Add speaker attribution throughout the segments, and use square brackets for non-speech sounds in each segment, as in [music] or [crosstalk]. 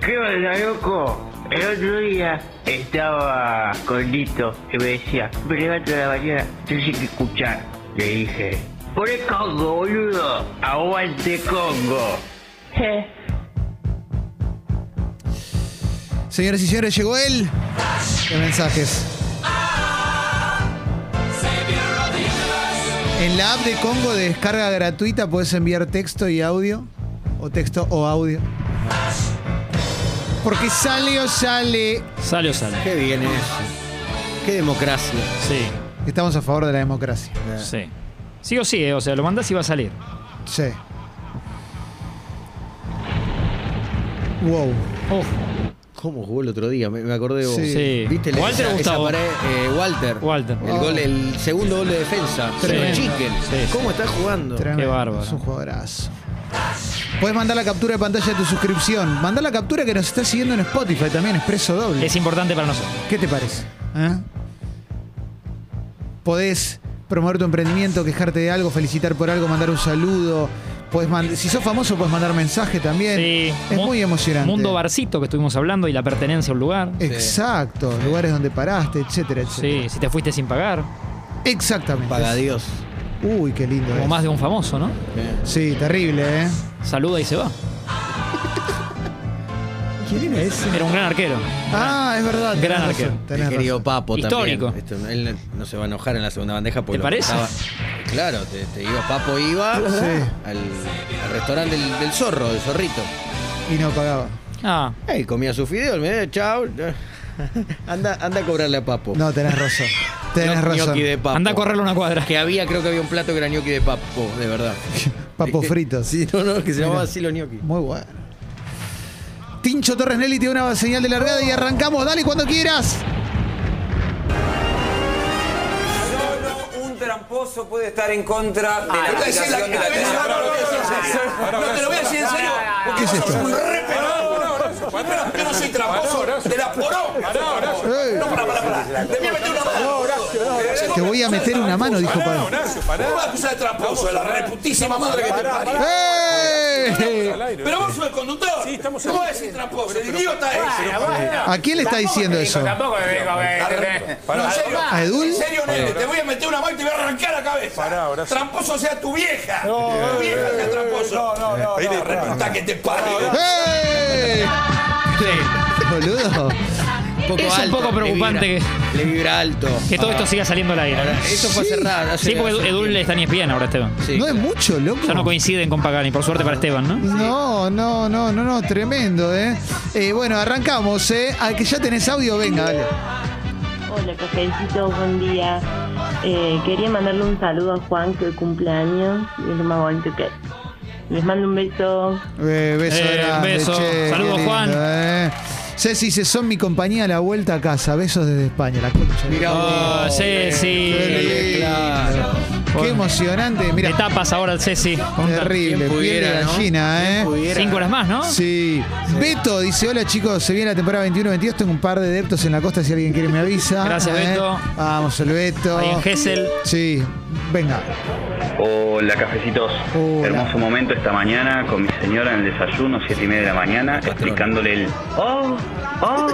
Speaker 1: ¿Qué onda, loco? El otro día estaba con Lito y me decía, me levanto a la mañana, tenés que escuchar. Le dije, poné Congo, boludo, aguante Congo.
Speaker 2: Señores y señores, llegó él. De mensajes. En la app de Congo de descarga gratuita puedes enviar texto y audio. O texto o audio. Porque sale o sale.
Speaker 3: Sale o sale.
Speaker 4: Qué bien eso. Qué democracia.
Speaker 3: Sí,
Speaker 2: Estamos a favor de la democracia.
Speaker 3: sí. Sí o sí, eh, o sea, lo mandás y va a salir.
Speaker 2: Sí. Wow.
Speaker 3: Uf,
Speaker 4: ¿Cómo jugó el otro día? Me, me acordé de vos.
Speaker 2: Sí.
Speaker 3: sí.
Speaker 4: ¿Viste la-
Speaker 3: Walter
Speaker 4: esa-
Speaker 3: o
Speaker 4: esa
Speaker 3: Gustavo.
Speaker 4: pared? Eh, Walter.
Speaker 3: Walter.
Speaker 4: El, gol, el segundo gol de defensa.
Speaker 3: Sí.
Speaker 4: Pero Chicken.
Speaker 3: Sí, sí.
Speaker 4: ¿Cómo está jugando?
Speaker 2: Tremendo.
Speaker 3: Qué bárbaro.
Speaker 2: Es un jugadorazo. Puedes mandar la captura de pantalla de tu suscripción. Mandar la captura que nos está siguiendo en Spotify también, expreso doble.
Speaker 3: Es importante para nosotros.
Speaker 2: ¿Qué te parece? ¿Eh? Podés promover tu emprendimiento, quejarte de algo, felicitar por algo, mandar un saludo. Podés man- si sos famoso, puedes mandar mensaje también.
Speaker 3: Sí.
Speaker 2: Es
Speaker 3: Mu-
Speaker 2: muy emocionante.
Speaker 3: Mundo Barcito que estuvimos hablando y la pertenencia a un lugar.
Speaker 2: Exacto, lugares donde paraste, etcétera, etcétera.
Speaker 3: Sí, si te fuiste sin pagar.
Speaker 2: Exactamente.
Speaker 4: Paga Dios.
Speaker 2: Uy, qué lindo.
Speaker 3: Como
Speaker 2: es.
Speaker 3: más de un famoso, ¿no?
Speaker 2: Sí, terrible, ¿eh?
Speaker 3: Saluda y se va.
Speaker 2: ¿Quién era ese?
Speaker 3: Era un gran arquero.
Speaker 2: Ah, es verdad. tenés
Speaker 3: Gran
Speaker 2: razón,
Speaker 3: arquero.
Speaker 2: tenés
Speaker 4: El querido
Speaker 2: razón.
Speaker 4: Papo
Speaker 3: Histórico.
Speaker 4: también. Esto, él no se va a enojar en la segunda bandeja
Speaker 3: ¿Te
Speaker 4: porque lo
Speaker 3: parece?
Speaker 4: contaba. Claro, te, te iba, Papo iba
Speaker 2: Sí.
Speaker 4: al, al restaurante del, del zorro, del zorrito.
Speaker 2: Y no pagaba.
Speaker 3: Ah,
Speaker 4: Y comía su fideo, me decía, chao. Anda, anda a cobrarle a Papo.
Speaker 2: No, tenés
Speaker 4: [laughs]
Speaker 2: razón. Tenés
Speaker 4: Gnocchi
Speaker 2: razón.
Speaker 4: de papo.
Speaker 3: anda a correrle una cuadra.
Speaker 4: Que había, creo que había un plato que era gnocchi de papo, de verdad.
Speaker 2: [laughs]
Speaker 4: [laughs]
Speaker 2: Papo
Speaker 4: Eh,
Speaker 2: fritos.
Speaker 4: Sí, no, no, que se llamaba así los gnocchi.
Speaker 2: Muy bueno. Tincho Torres Nelly tiene una señal de largada y arrancamos. Dale cuando quieras.
Speaker 5: Solo un tramposo puede estar en contra de la
Speaker 6: Esa es la
Speaker 5: aplicación
Speaker 6: que-
Speaker 5: de la ley.
Speaker 6: No, no, no, no, no, no, te lo voy a decir en serio. porque
Speaker 2: ¿Qué es
Speaker 6: vos sos
Speaker 2: esto?
Speaker 6: un re pelado. Pero Yo no soy tramposo. Te la poró.
Speaker 2: Eh,
Speaker 6: No, pará, pará, pará. Te voy a meter una mano.
Speaker 2: te voy a meter una mano, dijo Pablo.
Speaker 6: Vos vas a acusar de tramposo, de la reputísima madre que te parió.
Speaker 2: ¡Eh!
Speaker 6: Pero vos sos el conductor. ¿Cómo vas a decir tramposo? El idiota es.
Speaker 2: ¿A quién le está diciendo eso?
Speaker 7: Tampoco me digo que.
Speaker 6: No, en serio.
Speaker 2: ¿A Edul?
Speaker 6: En serio, nene, te voy a meter una mano y te voy a arrancar la cabeza. Tramposo sea tu vieja. tu vieja sea tramposo. No, no, no. Reputa que te parió.
Speaker 2: ¡Eh! [laughs] Boludo.
Speaker 3: Es un poco preocupante
Speaker 4: le vibra, Le vibra alto.
Speaker 3: Que todo esto siga saliendo al aire.
Speaker 4: Eso fue cerrado. hace-
Speaker 3: Sí, porque Edu-
Speaker 4: hace
Speaker 3: Edul
Speaker 4: tiempo.
Speaker 3: está en E ESPN ahora, Esteban.
Speaker 4: Sí,
Speaker 2: No es
Speaker 4: claro.
Speaker 2: mucho, loco.
Speaker 3: Ya no coinciden con Pagani, por suerte para Esteban, ¿no?
Speaker 2: No, no, no, no, no, tremendo, ¿eh? Eh, bueno, arrancamos, ¿eh? Al que ya tenés audio, venga, dale.
Speaker 8: Hola, cafecito, buen día. Eh, quería mandarle un saludo a Juan que hoy cumple años y es lo más bonito que hay. Les mando un beso.
Speaker 2: Eh, beso
Speaker 3: Eh,
Speaker 2: grande,
Speaker 3: beso.
Speaker 2: che,
Speaker 3: Saludos,
Speaker 2: qué lindo,
Speaker 3: Juan.
Speaker 2: eh. Ceci dice, son mi compañía a la vuelta a casa. Besos desde España, la concha.
Speaker 4: Mirá
Speaker 3: Oh,
Speaker 4: vos.
Speaker 3: Ceci.
Speaker 2: Qué lindo.
Speaker 4: claro.
Speaker 2: Qué
Speaker 3: Bueno.
Speaker 2: emocionante.
Speaker 3: Te
Speaker 2: Mira,
Speaker 3: tapas ahora al Ceci.
Speaker 2: terrible.
Speaker 4: Quien
Speaker 2: Piel
Speaker 4: pudiera,
Speaker 2: de
Speaker 4: ¿no?
Speaker 2: gallina,
Speaker 4: Quien
Speaker 2: ¿eh?
Speaker 4: pudiera.
Speaker 3: Cinco horas más, ¿no?
Speaker 2: Sí. Beto dice, hola chicos, se viene la temporada 21-22, tengo un par de deptos en la costa, si alguien quiere me avisa.
Speaker 3: Gracias,
Speaker 2: ¿eh?
Speaker 3: Beto.
Speaker 2: Vamos, el Beto.
Speaker 3: Ahí en Gessel.
Speaker 2: Sí, venga.
Speaker 9: Hola cafecitos,
Speaker 2: Hola.
Speaker 9: hermoso momento esta mañana con mi señora en el desayuno, siete y media de la mañana, explicándole el oh, oh,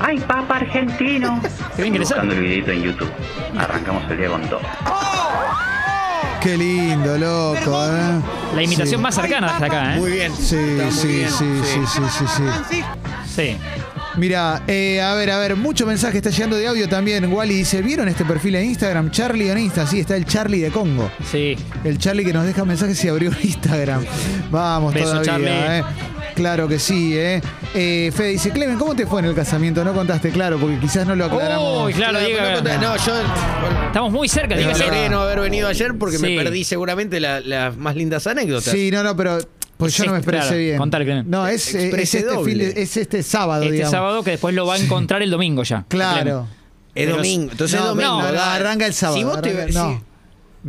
Speaker 9: ay papa argentino.
Speaker 3: Qué bien que le sale.
Speaker 9: Buscando el videito en YouTube. Arrancamos el día con todo.
Speaker 2: Qué lindo, loco, ¿eh?
Speaker 3: La imitación
Speaker 2: Sí.
Speaker 3: más cercana hasta acá, ¿eh?
Speaker 4: Muy bien.
Speaker 2: Sí,
Speaker 4: Está muy
Speaker 2: sí,
Speaker 4: bien,
Speaker 2: sí, sí, sí, sí, sí.
Speaker 3: Sí.
Speaker 2: Mira, eh, a ver, a ver, mucho mensaje está llegando de audio también. Wally dice, ¿vieron este perfil en Instagram? Charlie en Insta, sí, está el Charlie de Congo.
Speaker 3: Sí.
Speaker 2: El Charlie que nos deja mensajes y abrió [laughs] Instagram. Vamos
Speaker 3: Beso,
Speaker 2: todavía,
Speaker 3: Charlie.
Speaker 2: ¿eh? Claro que sí, ¿eh? Eh, Fede dice, Clemen, ¿cómo te fue en el casamiento? No contaste, claro, porque quizás no lo aclaramos.
Speaker 3: Uy, claro, Diego.
Speaker 4: No, yo
Speaker 3: Estamos muy cerca,
Speaker 4: me
Speaker 3: Diego.
Speaker 4: valoré no haber venido ayer porque
Speaker 3: Sí.
Speaker 4: me perdí seguramente la- las más lindas anécdotas.
Speaker 2: Sí, no, no, pero pues yo
Speaker 3: Sí,
Speaker 2: no me expresé
Speaker 3: este, claro,
Speaker 2: bien.
Speaker 3: contale, Clemen.
Speaker 2: No, es, eh, es
Speaker 4: Expresé
Speaker 2: este, fin de-
Speaker 4: doble.
Speaker 2: es este sábado,
Speaker 3: Este
Speaker 2: digamos.
Speaker 3: sábado que después lo va a encontrar el domingo ya.
Speaker 2: Claro.
Speaker 4: Es
Speaker 3: Pero-
Speaker 4: domingo. Entonces es
Speaker 2: no,
Speaker 4: domingo.
Speaker 2: no,
Speaker 4: dale.
Speaker 2: arranca el sábado.
Speaker 4: Si vos te-
Speaker 2: arranca-
Speaker 4: si-
Speaker 2: no,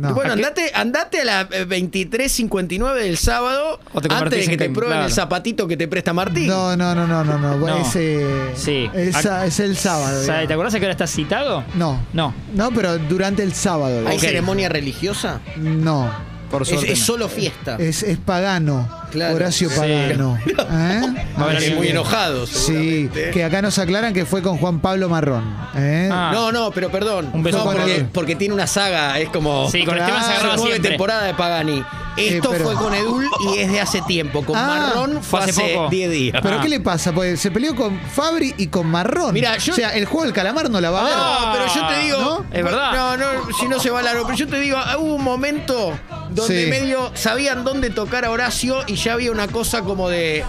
Speaker 2: no.
Speaker 4: Bueno,
Speaker 3: ¿A qué?
Speaker 4: andate, andate a las eh, 23.59 del sábado
Speaker 3: O te
Speaker 4: antes
Speaker 3: convertís
Speaker 4: de
Speaker 3: en
Speaker 4: que te
Speaker 3: Clemen,
Speaker 4: prueben
Speaker 3: claro.
Speaker 4: el zapatito que te presta Martín.
Speaker 2: No, no, no, no, no, no.
Speaker 3: No.
Speaker 2: Ese,
Speaker 3: Sí.
Speaker 2: esa-
Speaker 3: Ac-
Speaker 2: es el sábado.
Speaker 3: O sea, ¿Te
Speaker 2: digamos.
Speaker 3: acordás a qué hora estás citado?
Speaker 2: No.
Speaker 3: No.
Speaker 2: No, pero durante el sábado.
Speaker 4: ¿Hay
Speaker 3: Ok.
Speaker 4: ceremonia religiosa?
Speaker 2: No.
Speaker 3: Por
Speaker 4: Es,
Speaker 3: suerte.
Speaker 4: es
Speaker 3: no. Eh,
Speaker 4: solo fiesta.
Speaker 2: Es, es pagano.
Speaker 4: Claro.
Speaker 2: Horacio
Speaker 4: Sí. [laughs]
Speaker 2: Pagano. ¿Eh?
Speaker 3: Va a haber
Speaker 4: Es
Speaker 3: alguien
Speaker 4: muy
Speaker 3: que-
Speaker 4: enojado.
Speaker 2: Sí,
Speaker 4: seguramente.
Speaker 2: que acá nos aclaran que fue con Juan Pablo Marrón. ¿eh?
Speaker 3: Ah.
Speaker 4: No, no, pero perdón.
Speaker 3: Un beso
Speaker 4: No,
Speaker 3: para
Speaker 4: porque,
Speaker 2: él.
Speaker 4: porque tiene una saga, es como.
Speaker 3: Sí, con
Speaker 2: Claro,
Speaker 3: Esteban se agarraba
Speaker 4: Hace nueve
Speaker 3: siempre.
Speaker 4: temporadas de Pagani. Esto
Speaker 2: pero-
Speaker 4: fue con Edul y es de hace tiempo. Con
Speaker 2: Ah.
Speaker 4: Marrón fue
Speaker 3: Fue hace
Speaker 4: hace
Speaker 3: poco.
Speaker 4: 10 días.
Speaker 2: ¿Pero
Speaker 3: Ah.
Speaker 2: qué le pasa? Pues se peleó con Fabri y con Marrón.
Speaker 4: Mira, yo- Ah.
Speaker 2: O sea, el juego del calamar no la va a ver.
Speaker 4: No, pero yo te digo.
Speaker 2: ¿No?
Speaker 3: Es verdad.
Speaker 4: No, no, si no se va a largo. Pero yo te digo, hubo un momento donde
Speaker 2: Sí.
Speaker 4: medio sabían dónde tocar a Horacio y ya había una cosa como de.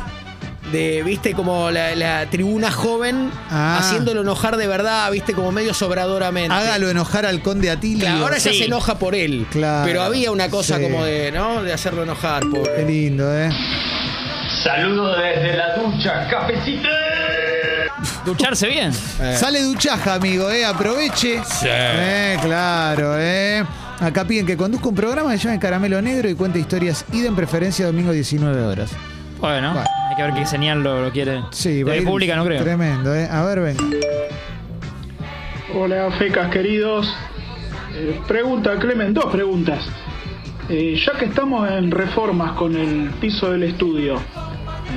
Speaker 4: De, viste, como la, la tribuna joven
Speaker 2: Ah.
Speaker 4: haciéndolo enojar de verdad, viste, como medio sobradoramente.
Speaker 2: Hágalo enojar al conde Atilio.
Speaker 4: Claro, ahora ya
Speaker 3: Sí.
Speaker 4: se enoja por él.
Speaker 2: Claro.
Speaker 4: Pero había una cosa
Speaker 2: Sí.
Speaker 4: como de, ¿no? De hacerlo enojar. Pobre.
Speaker 2: Qué lindo, ¿eh?
Speaker 9: Saludos desde la ducha, cafecito.
Speaker 3: Ducharse bien.
Speaker 4: Eh.
Speaker 2: Sale duchaja, amigo, ¿eh? Aproveche. Eh, claro, ¿eh? Acá piden que conduzca un programa que se llame Caramelo Negro y cuente historias ida en preferencia domingo 19 horas.
Speaker 3: Bueno,
Speaker 2: Bueno.
Speaker 3: hay que ver qué señal lo, lo quiere.
Speaker 2: Sí,
Speaker 3: De
Speaker 2: va a ir
Speaker 3: República, no creo.
Speaker 2: Tremendo, ¿eh? A ver, venga.
Speaker 10: Hola, fecas queridos. Eh, pregunta, Clemen, dos preguntas. Eh, ya que estamos en reformas con el piso del estudio,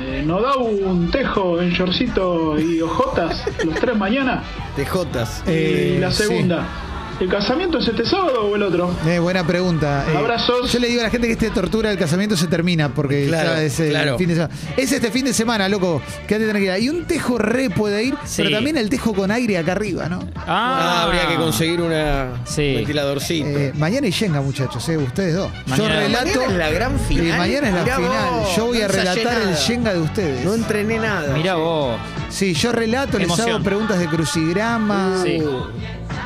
Speaker 10: eh, ¿no da un tejo en shortcito y ojotas los tres mañana?
Speaker 4: Tejotas.
Speaker 10: y
Speaker 2: Eh,
Speaker 10: la
Speaker 2: sí.
Speaker 10: segunda, ¿el casamiento es este sábado o el otro?
Speaker 2: Eh, buena pregunta. Eh,
Speaker 10: Abrazos.
Speaker 2: Yo le digo a la gente que esta tortura del casamiento se termina porque
Speaker 4: Claro,
Speaker 2: ya es el
Speaker 4: claro.
Speaker 2: fin de semana. Es este fin de semana, loco. Quédate tranquila. Y un tejo re puede ir,
Speaker 3: Sí.
Speaker 2: pero también el tejo con aire acá arriba, ¿no?
Speaker 4: Ah, habría que conseguir una
Speaker 3: Sí.
Speaker 4: ventiladorcito.
Speaker 2: Eh, mañana y Yenga, muchachos, eh, ustedes dos.
Speaker 3: Mañana.
Speaker 2: Yo relato.
Speaker 4: Mañana es la gran final.
Speaker 2: Y mañana es la
Speaker 4: Mirá
Speaker 2: final.
Speaker 4: vos,
Speaker 2: yo voy
Speaker 4: no
Speaker 2: a relatar
Speaker 4: ensayé
Speaker 2: el
Speaker 4: nada.
Speaker 2: Yenga de ustedes.
Speaker 4: No entrené nada.
Speaker 3: Mirá vos.
Speaker 2: Sí, yo relato, les
Speaker 3: Emoción.
Speaker 2: hago preguntas de crucigrama.
Speaker 3: Sí.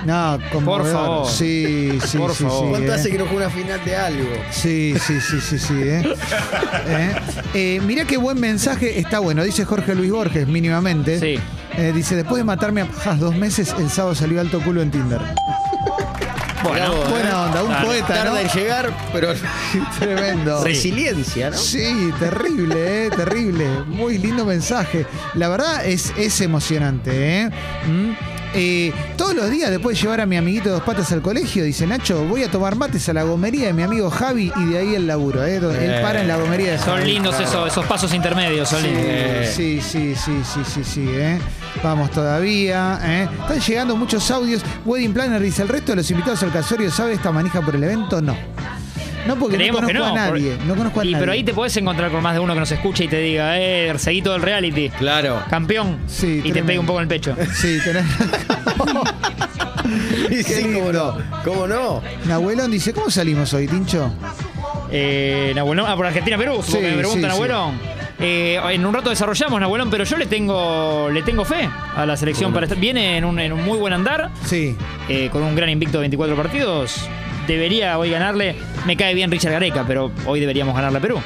Speaker 2: No, conmovedor.
Speaker 3: favor.
Speaker 2: Sí, sí,
Speaker 3: Por
Speaker 2: sí,
Speaker 3: favor.
Speaker 2: sí,
Speaker 4: ¿Cuánto
Speaker 2: eh.
Speaker 4: hace que no juega una final de algo?
Speaker 2: Sí, sí, sí, sí, sí. ¿eh?
Speaker 3: [laughs]
Speaker 2: ¿Eh? Eh, mirá qué buen mensaje. Está bueno, dice Jorge Luis Borges, mínimamente.
Speaker 3: Sí.
Speaker 2: Eh, dice, después de matarme a pajas dos meses, el sábado salió alto culo en Tinder. [laughs]
Speaker 4: Mirá
Speaker 3: Bueno,
Speaker 4: vos, ¿eh?
Speaker 2: Buena onda, un
Speaker 3: Claro.
Speaker 2: poeta, ¿no?
Speaker 4: Tarda en llegar, pero
Speaker 2: Tremendo.
Speaker 4: resiliencia, ¿no?
Speaker 2: Sí, terrible, eh, terrible. Muy lindo mensaje. La verdad es, es emocionante. ¿eh? Mm. Eh, todos los días después de llevar a mi amiguito de dos patas al colegio, dice Nacho, voy a tomar mates a la gomería de mi amigo Javi y de ahí el laburo. ¿eh? Donde Él para en la gomería de
Speaker 3: son
Speaker 2: Javi.
Speaker 3: lindos esos, esos pasos intermedios, son lindos.
Speaker 2: Sí, sí, sí, sí, sí, sí, ¿eh? Vamos todavía, ¿eh? Están llegando muchos audios. Wedding Planner dice, ¿el resto de los invitados al casorio sabe esta manija por el evento? No. No, porque
Speaker 3: Creemos
Speaker 2: no
Speaker 3: que
Speaker 2: conozco
Speaker 3: no.
Speaker 2: a nadie.
Speaker 3: por-
Speaker 2: No conozco a
Speaker 3: y,
Speaker 2: nadie.
Speaker 3: Pero ahí te podés encontrar con más de uno que nos escuche y te diga, eh, seguí todo el reality.
Speaker 4: Claro.
Speaker 3: Campeón.
Speaker 2: Sí,
Speaker 3: y te
Speaker 2: tremendo.
Speaker 3: pegue un poco en el
Speaker 2: [laughs]
Speaker 3: pecho.
Speaker 2: Sí, tenés. Qué
Speaker 4: Y [laughs] sí, cómo
Speaker 2: lindo.
Speaker 4: no. ¿Cómo no?
Speaker 2: Nahuelón dice, ¿cómo salimos hoy, Tincho?
Speaker 3: Eh, Nahuelón, ah, por Argentina-Perú,
Speaker 2: Sí,
Speaker 3: supongo que me preguntan,
Speaker 2: sí, sí.
Speaker 3: Nahuelón. Eh, en un rato desarrollamos, Nahuelón, pero yo le tengo, le tengo fe a la selección para estar. Viene en un, en un muy buen andar,
Speaker 2: Sí.
Speaker 3: eh, con un gran invicto de 24 partidos. Debería hoy ganarle. Me cae bien Richard Gareca, pero hoy deberíamos ganarle a Perú.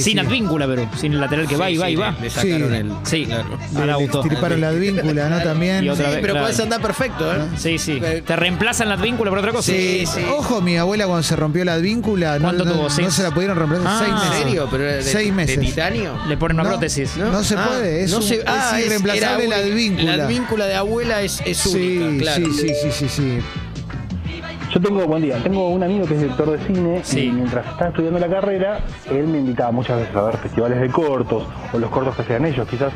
Speaker 3: sin
Speaker 2: sí.
Speaker 3: advíncula, Perú. Sin el lateral que va y va y va.
Speaker 4: Le sacaron
Speaker 2: Sí.
Speaker 4: el.
Speaker 3: Sí,
Speaker 4: claro.
Speaker 2: Le-
Speaker 3: al
Speaker 2: le
Speaker 3: auto.
Speaker 2: extirparon la advíncula, ¿no? También.
Speaker 3: Y
Speaker 4: Sí,
Speaker 3: otra vez,
Speaker 4: pero
Speaker 3: claro.
Speaker 4: podés andar perfecto, ¿eh?
Speaker 3: Sí, sí.
Speaker 4: Eh,
Speaker 3: Te reemplazan la advíncula por otra cosa.
Speaker 4: Sí, sí.
Speaker 2: Ojo, mi abuela cuando se rompió la advíncula, no,
Speaker 3: ¿Cuánto
Speaker 2: no-
Speaker 3: tuvo?
Speaker 2: no
Speaker 3: ¿Seis?
Speaker 2: se la pudieron reemplazar.
Speaker 3: Ah.
Speaker 2: seis
Speaker 4: ¿En
Speaker 2: meses.
Speaker 4: serio? Pero de-
Speaker 2: seis meses.
Speaker 4: ¿De titanio?
Speaker 3: Le ponen una
Speaker 2: No.
Speaker 3: prótesis.
Speaker 2: No, se
Speaker 4: Ah,
Speaker 2: puede, es,
Speaker 4: no
Speaker 2: un-
Speaker 4: se-
Speaker 2: es
Speaker 4: ah, es-
Speaker 2: irreemplazable
Speaker 4: era
Speaker 2: la
Speaker 4: única.
Speaker 2: advíncula.
Speaker 4: La advíncula de abuela es, es única,
Speaker 2: sí,
Speaker 4: claro.
Speaker 2: sí, sí, sí, sí, sí.
Speaker 10: Yo tengo, buen día, tengo un amigo que es director de cine
Speaker 3: Sí.
Speaker 10: y mientras estaba estudiando la carrera, él me invitaba muchas veces a ver festivales de cortos o los cortos que hacían ellos, quizás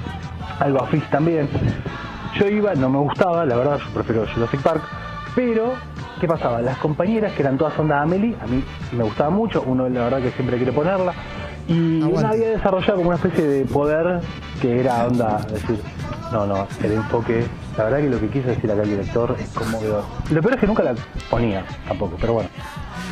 Speaker 10: al Bafis también. Yo iba, no me gustaba, la verdad, yo prefiero Jurassic Park, pero ¿qué pasaba? Las compañeras que eran todas onda Amelie, a mí me gustaba mucho, uno la verdad que siempre quiere ponerla, y
Speaker 2: Aguante.
Speaker 10: una Mm. había desarrollado como una especie de poder que era onda, decir, no, no, el enfoque, la verdad que lo que quiso decir acá el director es conmovedor. Lo peor es que nunca la ponía tampoco, pero bueno.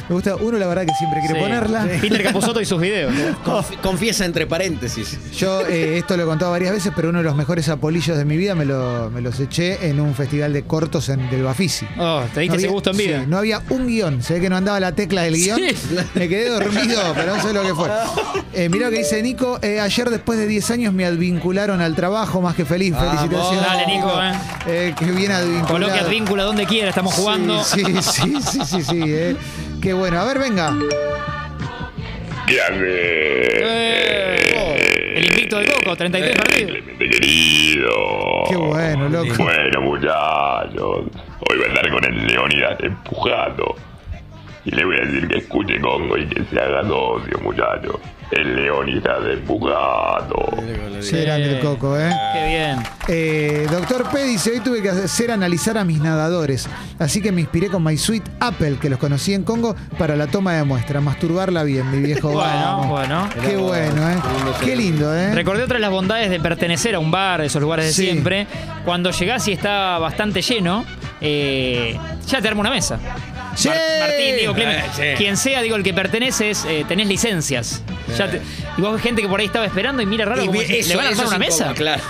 Speaker 2: Me gusta, uno la verdad que siempre quiere
Speaker 3: Sí.
Speaker 2: ponerla.
Speaker 3: Peter Capusotto y sus videos.
Speaker 4: Conf- confiesa entre paréntesis.
Speaker 2: [laughs] Yo eh, esto lo he contado varias veces, pero uno de los mejores apolillos de mi vida me, lo- me los eché en un festival de cortos en del Bafisi.
Speaker 3: Oh, te diste
Speaker 2: No
Speaker 3: ese
Speaker 2: había-
Speaker 3: gusto en
Speaker 2: sí,
Speaker 3: vida.
Speaker 2: no había un guión. Se ve que no andaba la tecla
Speaker 3: [laughs]
Speaker 2: del guión.
Speaker 3: Sí.
Speaker 2: Me quedé dormido, pero no sé lo que fue. Eh, mirá lo que dice Nico. eh, ayer, después de 10 años, me advincularon al trabajo. Más que feliz.
Speaker 4: Vamos.
Speaker 2: Felicitaciones.
Speaker 3: Dale, Nico, eh.
Speaker 2: Eh, que bien advinculado.
Speaker 3: Coloque advíncula donde quiera, estamos jugando.
Speaker 2: Sí, sí, sí, sí, sí. sí, eh. Qué bueno. A ver, venga.
Speaker 3: Eh, el invicto de Coco, 33 partidos.
Speaker 6: Querido.
Speaker 2: Qué bueno, loco.
Speaker 6: Bueno, muchachos. Hoy voy a andar con el Leónidas empujado.
Speaker 11: Y le voy a decir que escuche Congo y que se haga socio, muchacho. El leonita de Bugado.
Speaker 2: Sí, grande el coco, ¿eh?
Speaker 3: Qué bien.
Speaker 2: Eh, Doctor P dice, hoy tuve que hacer analizar a mis nadadores, así que me inspiré con My Sweet Apple, que los conocí en Congo, para la toma de muestra. Masturbarla bien, mi
Speaker 3: [laughs]
Speaker 2: viejo.
Speaker 3: Bueno,
Speaker 2: Vamos.
Speaker 3: bueno.
Speaker 2: Qué bueno, ¿eh? Qué lindo, ¿eh?
Speaker 3: Recordé otra de las bondades de pertenecer a un bar, de esos lugares de
Speaker 2: Sí.
Speaker 3: siempre. Cuando llegás y está bastante lleno, eh, ya te arma una mesa.
Speaker 2: Sí.
Speaker 3: Mar- Martín, digo, Clemen,
Speaker 2: Eh, sí.
Speaker 3: quien sea, digo, el que perteneces, eh, tenés licencias. Ya te- y vos ves gente que por ahí estaba esperando y mira raro,
Speaker 4: Y
Speaker 3: como
Speaker 4: ve-
Speaker 3: si-
Speaker 4: eso-
Speaker 3: ¿le van a
Speaker 4: eso
Speaker 3: armar
Speaker 4: es
Speaker 3: una mesa?
Speaker 4: incómodo, Claro.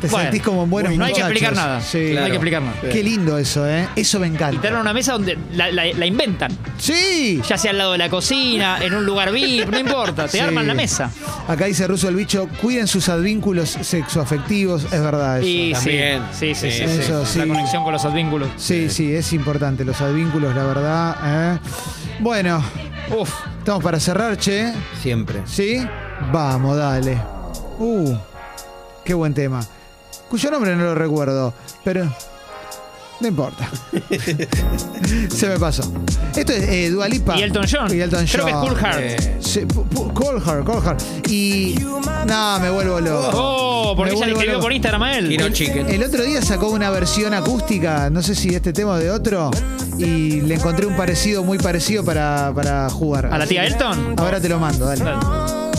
Speaker 2: Te
Speaker 3: Bueno,
Speaker 2: sentís como en buenos
Speaker 3: no hay que
Speaker 2: muchachos.
Speaker 3: explicar nada.
Speaker 2: Sí.
Speaker 3: No hay que explicar nada.
Speaker 2: Qué lindo eso, ¿eh? Eso me
Speaker 3: Y
Speaker 2: encanta.
Speaker 3: te arman una mesa donde la, la- la inventan.
Speaker 2: Sí.
Speaker 3: Ya sea al lado de la cocina, en un lugar VIP, no importa, te
Speaker 2: Sí.
Speaker 3: arman la mesa.
Speaker 2: Acá dice Ruso el bicho, cuiden sus advínculos sexoafectivos, es verdad eso.
Speaker 3: Y sí,
Speaker 4: También.
Speaker 3: sí, sí, sí, sí.
Speaker 2: Eso,
Speaker 3: La
Speaker 2: sí.
Speaker 3: conexión con los advínculos.
Speaker 2: Sí, sí, es importante los advínculos, la verdad. ¿eh? Bueno,
Speaker 3: Uf,
Speaker 2: estamos para cerrar, che.
Speaker 4: Siempre.
Speaker 2: ¿Sí? Vamos, dale. Uh, qué buen tema. Cuyo nombre no lo recuerdo, pero no importa.
Speaker 3: [laughs]
Speaker 2: Se me pasó. Esto es eh, Dua Lipa.
Speaker 3: Y Elton John.
Speaker 2: Y Elton
Speaker 3: Creo que es
Speaker 2: John. Eh,
Speaker 3: Cool Heart.
Speaker 2: Sí, pu- pu- Cold Heart, Cold Heart. Y. No, me vuelvo loco.
Speaker 3: Oh, porque
Speaker 2: Me
Speaker 3: ella le
Speaker 2: vuelvo
Speaker 3: escribió
Speaker 2: loco.
Speaker 3: por Instagram a él.
Speaker 4: Kino Chicken.
Speaker 2: El otro día sacó una versión acústica, no sé si de este tema o de otro, y le encontré un parecido muy parecido para, para jugar.
Speaker 3: ¿A la tía Elton?
Speaker 2: Ahora te lo mando, dale.
Speaker 3: Dale.